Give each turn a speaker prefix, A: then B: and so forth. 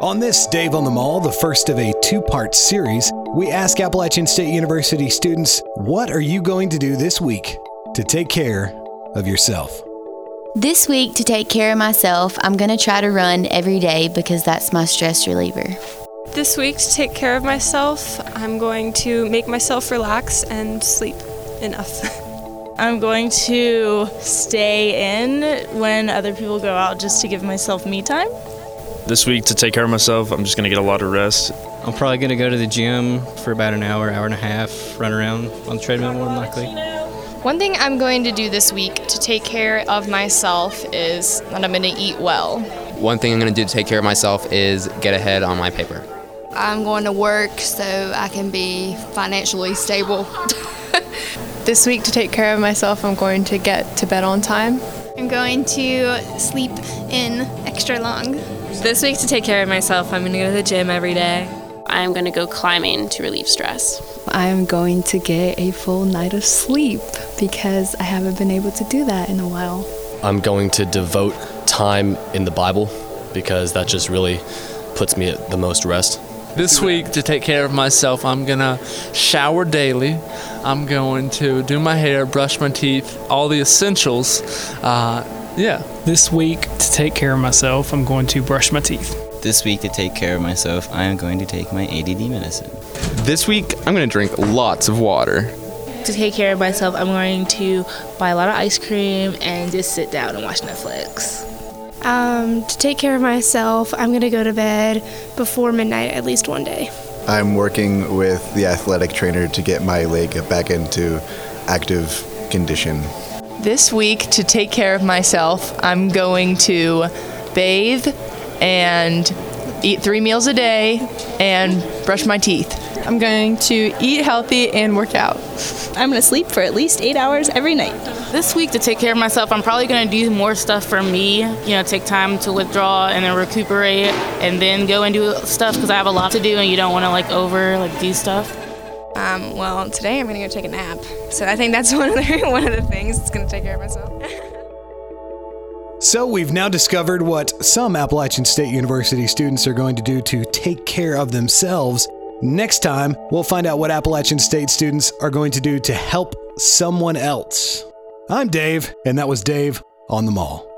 A: On this Dave on the Mall, the first of a two part series, we ask Appalachian State University students, What are you going to do this week to take care of yourself?
B: This week, to take care of myself, I'm going to try to run every day because that's my stress reliever.
C: This week, to take care of myself, I'm going to make myself relax and sleep enough.
D: I'm going to stay in when other people go out just to give myself me time.
E: This week, to take care of myself, I'm just going to get a lot of rest.
F: I'm probably gonna go to the gym for about an hour, hour and a half, run around on the treadmill more than likely.
G: One thing I'm going to do this week to take care of myself is that I'm going to eat well.
H: One thing I'm going to do to take care of myself is get ahead on my paper.
I: I'm going to work so I can be financially stable.
J: This week, to take care of myself, I'm going to get to bed on time.
K: I'm going to sleep in extra long.
L: This week, to take care of myself, I'm going to go to the gym every day.
M: I'm going to go climbing to relieve stress.
N: I'm going to get a full night of sleep because I haven't been able to do that in a while.
O: I'm going to devote time in the Bible because that just really puts me at the most rest.
P: This week, to take care of myself, I'm gonna shower daily. I'm going to do my hair, brush my teeth, all the essentials. Uh, yeah.
Q: This week, to take care of myself, I'm going to brush my teeth.
R: This week, to take care of myself, I am going to take my ADD medicine.
S: This week, I'm gonna drink lots of water.
D: To take care of myself, I'm going to buy a lot of ice cream and just sit down and watch Netflix.
C: Um, to take care of myself, I'm going to go to bed before midnight at least one day.
T: I'm working with the athletic trainer to get my leg back into active condition.
J: This week, to take care of myself, I'm going to bathe and eat three meals a day and brush my teeth. I'm going to eat healthy and work out.
A: I'm going to sleep for at least eight hours every night.
D: This week, to take care of myself, I'm probably going to do more stuff for me. You know, take time to withdraw and then recuperate and then go and do stuff because I have a lot to do and you don't want to like over like do stuff.
C: Um, well, today I'm going to go take a nap. So I think that's one of the, one of the things that's going to take care of myself.
A: So, we've now discovered what some Appalachian State University students are going to do to take care of themselves. Next time, we'll find out what Appalachian State students are going to do to help someone else. I'm Dave, and that was Dave on the Mall.